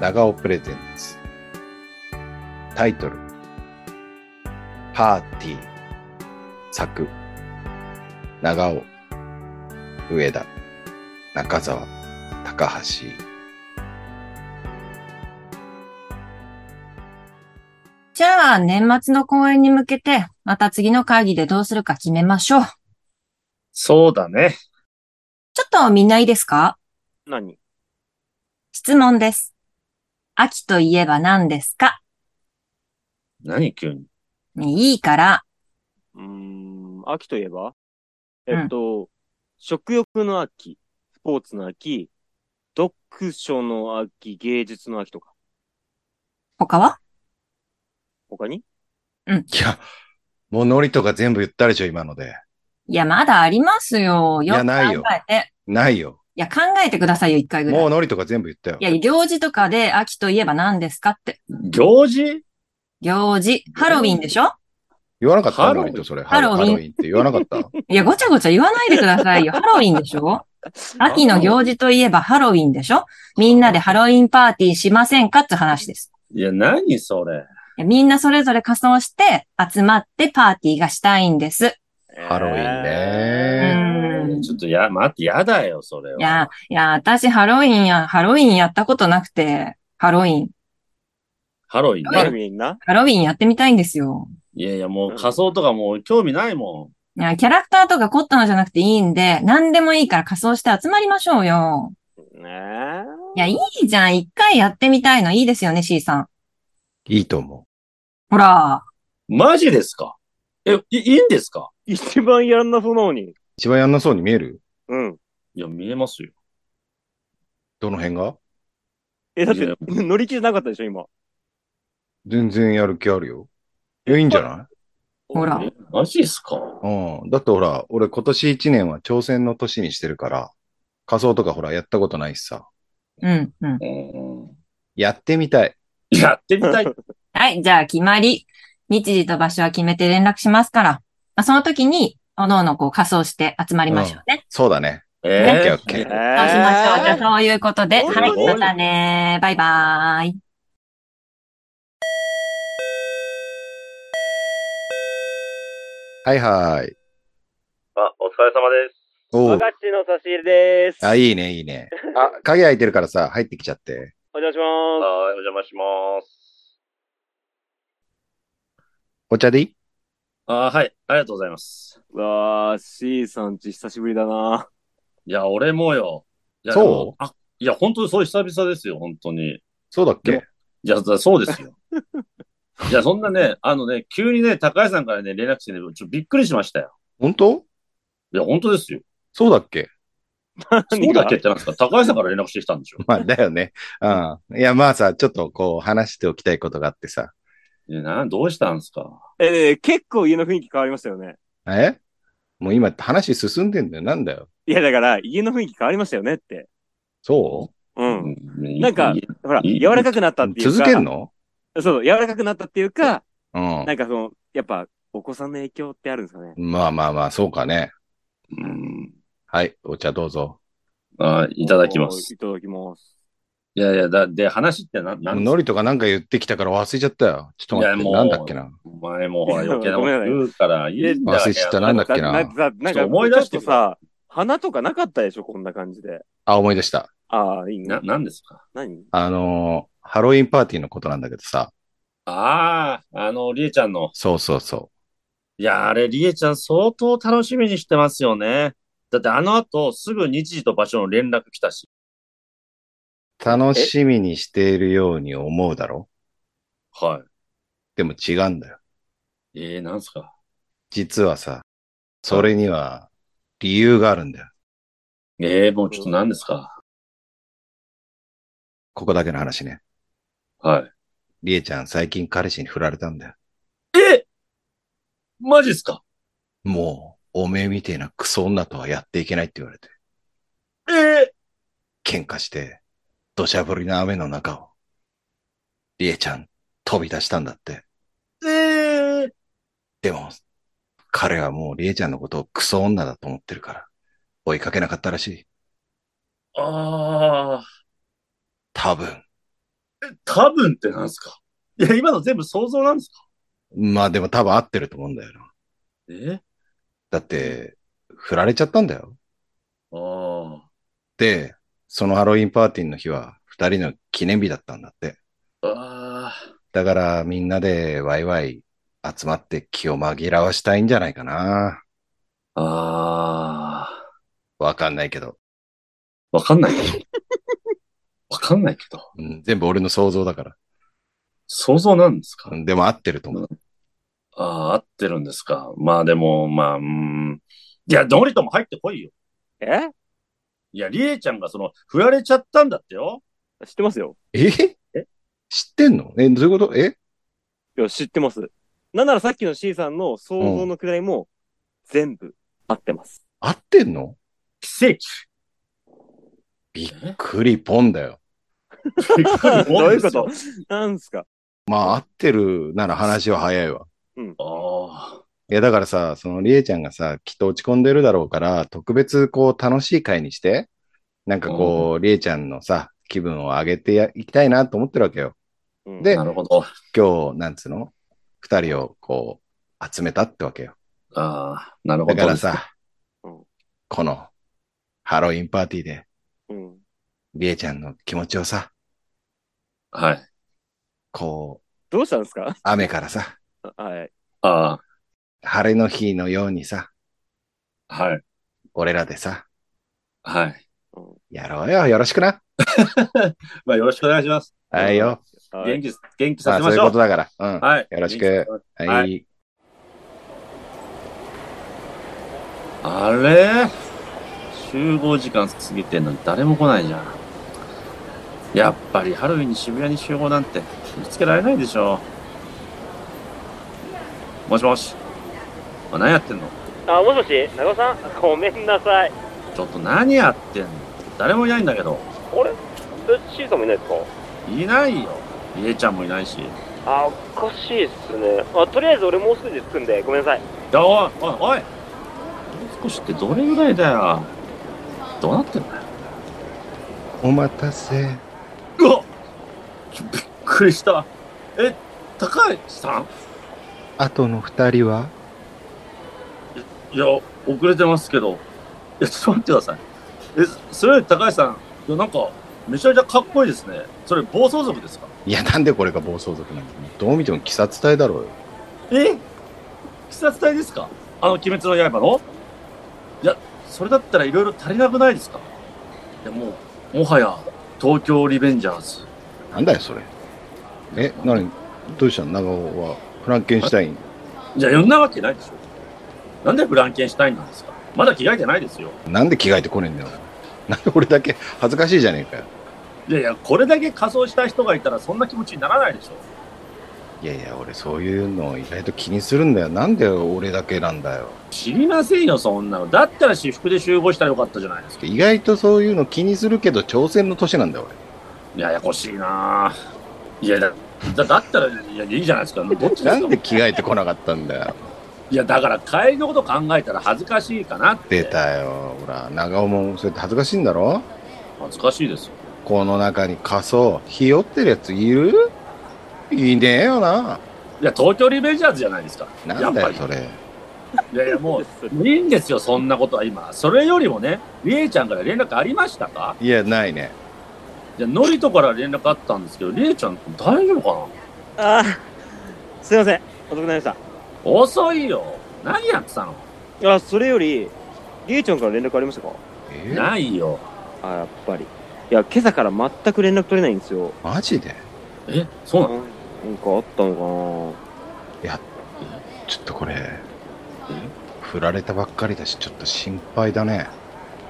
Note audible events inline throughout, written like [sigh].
長尾プレゼンツ。タイトル、パーティー、作、長尾、上田、中澤、高橋。じゃあ、年末の公演に向けて、また次の会議でどうするか決めましょう。そうだね。ちょっとみんないいですか何質問です。秋といえば何ですか何急に。いいから、うーん、秋といえばうんえっと、食欲の秋、スポーツの秋、読書の秋、芸術の秋とか。他は他にいや、もうノリとか全部言ったでしょ、今ので。いや、まだありますよ。よいやないよ考えて。ないよ。いや、考えてくださいよ、一回ぐらい。もうノリとか全部言ったよ。いや、行事とかで秋といえば何ですかって。行事行事。ハロウィンでしょ言わなかっハたロノウィンリとそれ。ハロウィンハロウィンって言わなかったいや、ごちゃごちゃ言わないでくださいよ。ハロウィンで [laughs] しょ秋の行事といえばハロウィンでしょみんなでハロウィンパーティーしませんかって話です。いや、何それ。いやみんなそれぞれ仮装して集まってパーティーがしたいんです。ハロウィンうね。ーん。いちょっとや、待って、やだよ、それは。や、いや、私ハロウィンや、ハロウィンやったことなくて、ハロウィン、ハロウィンハロウね。ィンな。ハロウィンやってみたいんですよ。いやいや、もう仮装とかもう興味ないもいやキャラクターとか凝ったのじゃなくていいんで、何でもいいから仮装して集まりましょうよ。ねえ。いや、いいじゃん。一回やってみたいのいいですよね、C さん。いいと思ほら。ん。マジですかえ、いいいんですか一番やらなそうなのに。う。一番やんなそうに見えるうん。いや、見えますよ。どの辺がえ、だっいやて、乗り切れなかったでしょ、今。全然やる気あるよ。いや、いいんじゃないほらえマジですかうん。だってほら、俺今年一年は挑戦の年にしてるから、仮想とかほらやったことないしさ。うん、うん。うん。やってみたい。やってみ [laughs] たい。はい、じゃあ決まり。日時と場所は決めて連絡しますから。まあ、その時に、おのおのこう仮装して集まりましょうね。そうだね。オッケーオえッケー。そうしましょう。じゃあえそういうことで。本当はにい、またね。バイバーイ。はいはい。あ、お疲れ様です。ーお和う。菓子の差し入れです。あ、いいね、いい [laughs] ね。あ、鍵開いてるからさ、入ってきちゃって。お邪魔します。はい、お邪魔します。お茶でいいあーはい。ありがとうございます。うわー、C さんち久しぶりだな。いや、俺もよ。いやそうでもあ、いや、本当にそう、久々ですよ、本当に。そうだっでけいや、だそうですよ。いや、そんなね、あのね、急にね、高橋さんからね、連絡してね、ちょっとびっくりしましたよ。本当いや、本当ですよ。そうだっけそうだっけってなんですか高橋さんから連絡してきたんでしょ。まあ、だよね。うん。いや、まあさ、ちょっとこう、話しておきたいことがあってさ。いやなどうしたんですかえー、結構家の雰囲気変わりましたよね。えもう今、話進んでんだよ。なんだよ。いや、だから、家の雰囲気変わりましたよねって。そうん。ななんか、ほら、いい柔らかくなったってういうか。続けんのそう、柔らかくなったっていうか、うんな。んかその、やっぱ、お子さんの影響ってあるんですかね。まあまあまあ、そうかね。うんはい、お茶どうぞ。あいただきます。いただきます。いやいや、だで、話ってな、なんですかノリとかなんか言ってきたから忘れちゃったよ。ちょっと待っいやて、もうなんだっけな。お前もほら余計なことごめんなさい言うから、いいんだよ忘れちゃったなんだっけななんかさ、なんかちょっと思い出してちょみようっとさ、花とかなかったでしょこんな感じで。あ、思い出した。ああ、いいなね。なんですか何あのーハロウィンパーティーのことなんだけどさ。ああ、あの、りえちゃんの。そうそうそいや、あれ、りえちゃん相当楽しみにしてますよね。だってあの後、すぐ日時と場所の連絡来たし。う。楽しみにしているように思うだろはでも違うんだよ。い。ええなんすか実はさ、それには理由があるんだよ。ええもうちょっと何ですかここだけの話ね。はい。りえちゃん最近彼氏に振られたんだよ。えマジっすかもう、おめえみてえなクソ女とはやっていけないって言われて、ええ喧嘩して、土砂降りの雨の中を、りえちゃん飛び出したんだって。ええでも、彼はもうりえちゃんのことをクソ女だと思ってるから、追いかけなかったらしい。ああ、多分、多分ってなんですかいや、今の全部想像なんですかまあでも多分合ってると思うんだよな。えだって、振られちゃったんだよ。あで、そのハロウィンパーティーの日は、二人の記念日だったんだって。あ。ああ。だからみんなでワイワイ集まって気を紛らわしたいんじゃないかな。ああ。わかんないけど。わかんないけ [laughs] ど。わかんないけど。うん、全部俺の想像だから。想像なんですかうんでも合ってると思う。ああ、合ってるんですか。まあでも、まあ、うーん。いや、ノリとも入ってこいよ。えいや、リエちゃんがその、振られちゃったんだってよ。知ってますよ。え知ってんのえ、どういうことえいや、知ってます。なんならさっきの C さんの想像のくだりも、全部合ってます。合ってんの奇跡。びっ [laughs] くりポンだよ。どういうことなんすかまあ合ってるなら話は早いわ。ああ。いやだからさ、そのりえちゃんがさ、きっと落ち込んでるだろうから、特別こう楽しい会にして、なんかこう、りえちゃんのさ、気分を上げてやいきたいなと思ってるわけよ。うんでなるほど。今日、なんつうの二人をこう、集めたってわけよ。ああ、なるほだど。からさうん、この、ハロウィンパーティーで、うん。りえちゃんの気持ちをさ、はい。こどうしたんですか [laughs] う、雨からさ、はい。あ晴れの日のようにさ、あ、はい。俺らでさ、はい。やろうよ、よろしくな。まあ、よろしくお願いします。はいよ。はい元気、元気まさあ、そせまういしうょこう。とだから。うん。はい。よろしく元気させましょう。はい。あれ集合時間過ぎてんのに誰も来ないじゃん。やっぱりハロウィンに渋谷に集合なんて見つけられないでしょ。もしもし。お何やってんのあ、もしもし、長尾さん、 [laughs] ごめんなさい。ちょっと何やってんの誰もいないんだけど。あれえ、シーさんもいないですかいないよ。りえちゃんもいないし。いあ、おかしいっすね。あ、とりあえず俺もうすぐで着くんで、ごめんなさい。や、おい、おい、おい。もう少しってどれぐらいだよ。どうなってんだよ。お待たせ。うわちょびっくりした。え、高橋さんあとの二人はいや、遅れてますけど。いや、ちょっと待ってください。え、それより高橋さん、いや、なんか、めちゃめちゃかっこいいですね。それ、暴走族ですかいや、なんでこれが暴走族なんだどう見ても鬼殺隊だろうよ。え鬼殺隊ですかあの、鬼滅の刃のいや、それだったらいろいろ足りなくないですかいや、もう、もはや、東京リベンジャーズ。なんだよ、それ。え、なに、どうしたの長尾は、フランケンシュタイン。いや、呼んなわけないでしょ。なんでフランケンシュタインなんですかまだ着替えてないですよ。なんで着替えてこねえんだよ。なんで俺だけ恥ずかしいじゃねえかよ。いやいや、これだけ仮装した人がいたら、そんな気持ちにならないでしょ。いやいや、俺そういうの意外と気にするんだよ。なんで俺だけなんだよ。知りませんよ、そんなの。だったら私服で集合したらよかったじゃないですか。意外とそういうの気にするけど、挑戦の年なんだよ、ややこしいなぁ。いや、だ、だだったら、いや、いいじゃないですか。どっちです俺。なかんで着替えてこなかったんだよ。いや、だから、帰りのこと考えたら恥ずかしいかなって。出たよ。ほら、長尾もそうやって恥ずかしいんだろ恥ずかしいですよ。この中に仮装、ひよってるやついるいねえよな。いや、東京リベンジャーズじゃないですか。なんだやよ、っぱそれ。り。いやいや、もう、もういいんですよ、そんなことは今。それよりもね、りえちゃんから連絡ありましたかいや、ないね。じゃ、のりとから連絡あったんですけど、りえちゃん大丈夫かあーすいません。遅くなりました。な遅いよ。何やってたのあ、それより、りえちゃんから連絡ありましたかえないよ。あ、やっぱり。いや、今朝から全く連絡取れないんですよ。マジでえ、そうなのなんかあったのちょっとこれ、振られたばっかりだし、ちょっと心配だね。か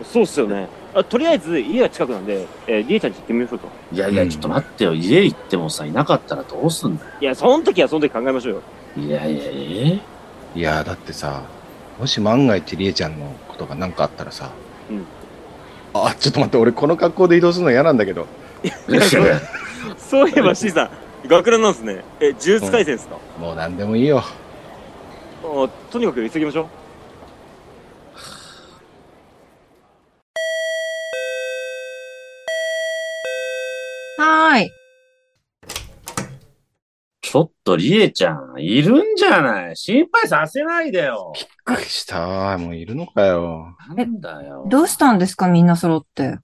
なそうっすよね。あとりあえず、家が近くなんで、えー、りえちゃんち行ってみましょうか。いやいや、うんちょっと待ってよ。家行ってもさ、いなかったらどうすんだよ。いや、その時はその時考えましょうよ。いやいや、えいや、だってさ、もし万が一りえちゃんのことが何かあったらさ、うんあ、ちょっと待って、俺この格好で移動するの嫌なんだけど、ー、いやいやそういえば C さん、学ランなんですね。え、呪術廻戦ですか、もう何でもいいよ。あとにかく急ぎましょう。はーい。 [laughs] ちょっとリエちゃん、いるんじゃない心配させないでよ。びっくりした。もういるのかよ。なんだよ。どうしたんですかみんな揃って。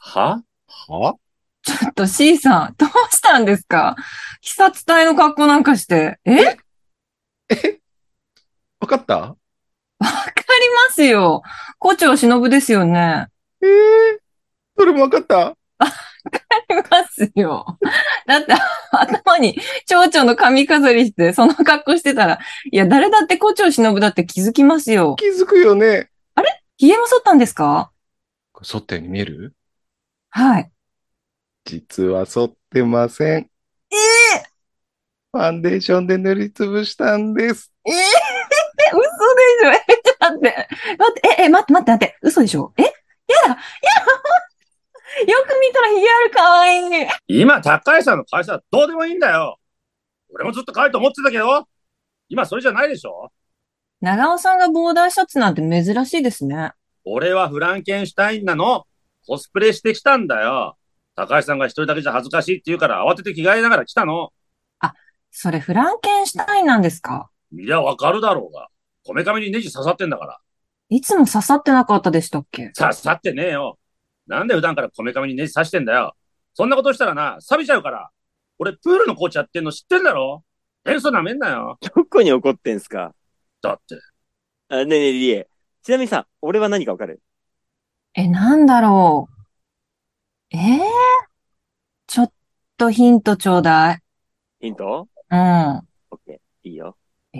ははちょっと C さん、どうしたんですか鬼殺隊の格好なんかして。えわかりわかったますよ。胡蝶忍ですよね。ええそれもわかったありますよ。だって、頭に蝶々の髪飾りして、その格好してたら、いや、誰だって胡蝶忍だって気づきますよ。気づくよね。髭も剃ったんですかこれ剃ったように見えるはい。実は剃ってません。えファンデーションで塗りつぶしたんです。えええ嘘でしょえ、 [laughs] ちょっと待って。待って、え、え、待って待って待って。嘘でしょえやだやだ [laughs] よく見たらヒゲあるかわいい。今、高橋さんの会社はどうでもいいんだよ。俺もずっと帰いと思ってたけど、今それじゃないでしょ長尾さんがボーダーシャツなんて珍しいですね。俺はフランケンシュタインなの。コスプレしてきたんだよ。高橋さんが一人だけじゃ恥ずかしいって言うから慌てて着替えながら来たの。それフランケンシュタインなんですかいや、わかるだろうが。こめかみにネジ刺さってんだから。いつも刺さってなかったでしたっけ刺さってねえよ。なんで普段からこめかみにネジ刺してんだよ。そんなことしたらな、錆びちゃうから。俺、プールのコーチやってんの知ってんだろ塩素舐めんなよ。どこに怒ってんすかだって、あねえねえ、リエ。ちなみにさ、俺は何かわかるえ、なんだろう。ええちょっとヒントちょうだい。ヒントうん。オッケー。いいよ。え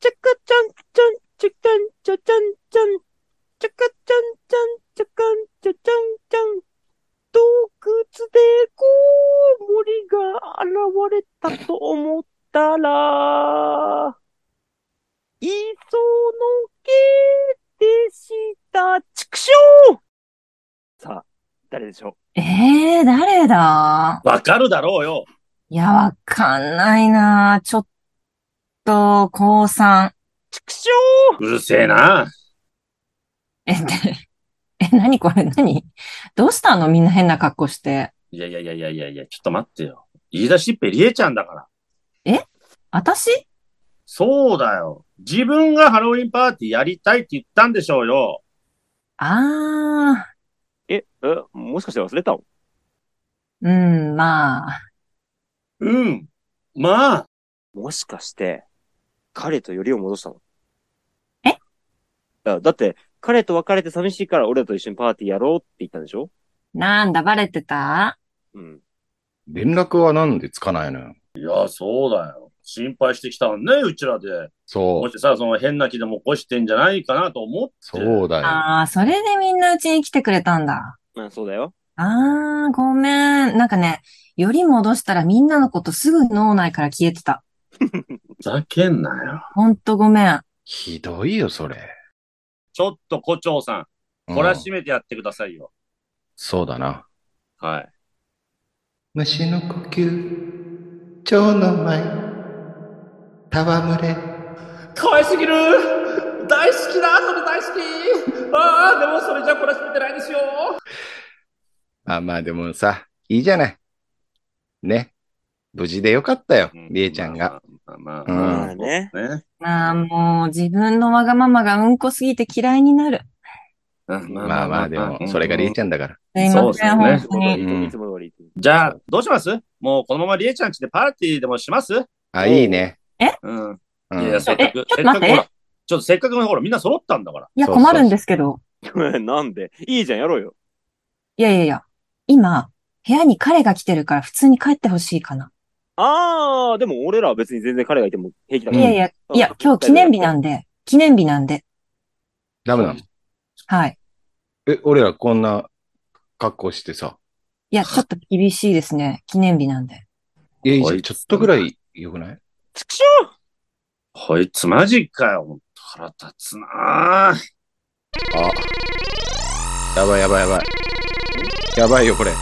チャカチャンチャンチャカンチャチャンチャンチャカチャンチャンチャカンチャチャンチャン洞窟でこう森が現れたと思ったら磯の毛でした畜生さあ誰でしょええー誰だわかるだろうよ。いや、わかんないな。ちょっと、高三。う畜生うるせえな。え、で、え、何これ何どうしたのみんな変な格好して。いやいやいやいやいやいや、ちょっと待ってよ。言い出しっぺりえちゃんだから。私そうだよ。自分がハロウィンパーティーやりたいって言ったんでしょうよ。あー。え、え、もしかして忘れたのうん、まあ。うん。まあ、もしかして、彼とよりを戻したのえあだって、彼と別れて寂しいから俺らと一緒にパーティーやろうって言ったんでしょなんだ、バレてたうん。連絡はなんでつかないのよ。いや、そうだよ。心配してきたのね、うちらで。そもう。しさ、その変な気でも起こしてんじゃないかなと思って。そうだよ。あー、それでみんなうちに来てくれたんだ。まあそうだよ。あー、ごめん。なんかね、より戻したらみんなのことすぐ脳内から消えてた。ふざけんなよ。ほんとごめん。ひどいよ、それ。ちょっと、胡蝶さ、うんん懲らしめてやってくださいよ。そうだな。はい。虫の呼吸蝶の舞戯れ可愛すぎる大好きだそれ大好きああ、でもそれじゃ懲らしめてないですよまあまあ、でもさ、いいじゃない。ね。無事でよかったよ、りえちゃんが。。まあまあ、うんまあまあね。まあね。まあもう自分のわがままがうんこすぎて嫌いになる。うんままあまあ、でも、それがりえちゃんだから。すいません、そうで本いつすね当も通に。うんり、いつも通り。じゃあ、どうしますもうこのままりえちゃんちでパーティーでもしますあ、いいね。うん。ういんや、せっかくえ、ちせょっとっ待っかくてほら、ちょっとせっかくのほら、みんな揃ったんだから。いや、そうそう困るんですけど。 [laughs] なんでいいじゃん、やろうよ。いやいやいや、今、部屋に彼が来てるから普通に帰ってほしいかな。あー、でも俺らは別に全然彼がいても平気だうんかいら。やいや、いや、今日記念日なんで、記念日なんで。ダメなのはい。え、俺らこんな格好してさ。いや、ちょっと厳しいですね。記念日なんで。いやいいじゃこんいつちょっとぐらい良くない畜生こいつマジかよ。ほんと腹立つなぁ。あ。やばいやばいやばい。やばいよ、これ。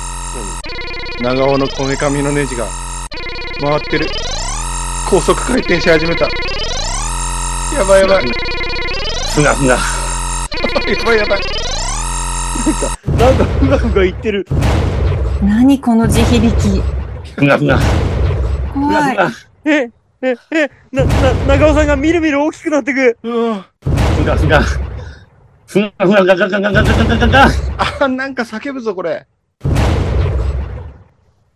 長尾のこめかみのネジが回ってる。高速回転し始めた。やばいやばい。ふがふが。やばいやばい。なんか、ふがふが言ってる。何この地響き。ふがふが。怖い。え、え、え、な、な、長尾さんがみるみる大きくなってく。うわふがふが。ふがふがががががががががが。あ、なんか叫ぶぞ、これ。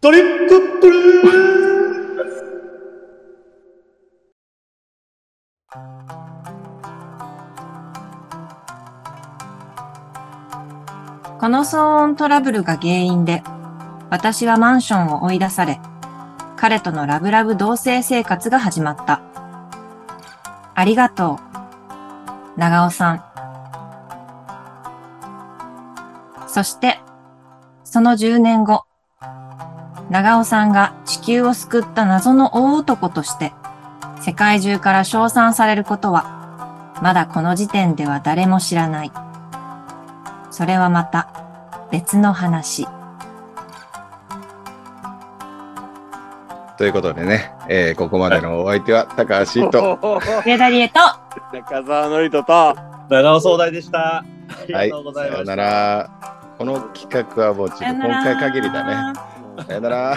トリックプルこの騒音トラブルが原因で、私はマンションを追い出され、彼とのラブラブ同棲生活が始まった。ありがとう、長尾さん。そして、その10年後、長尾さんが地球を救った謎の大男として、世界中から称賛されることは、まだこの時点では誰も知らない。それはまた別の話。ということでね、えーここまでのお相手は高橋 [laughs] と、上田理恵と、中澤のりとと、長尾総大でした。ありはがい、とうごさざいまよしなた。ら。この企画はもうちょっと今回限りだね。さよなら。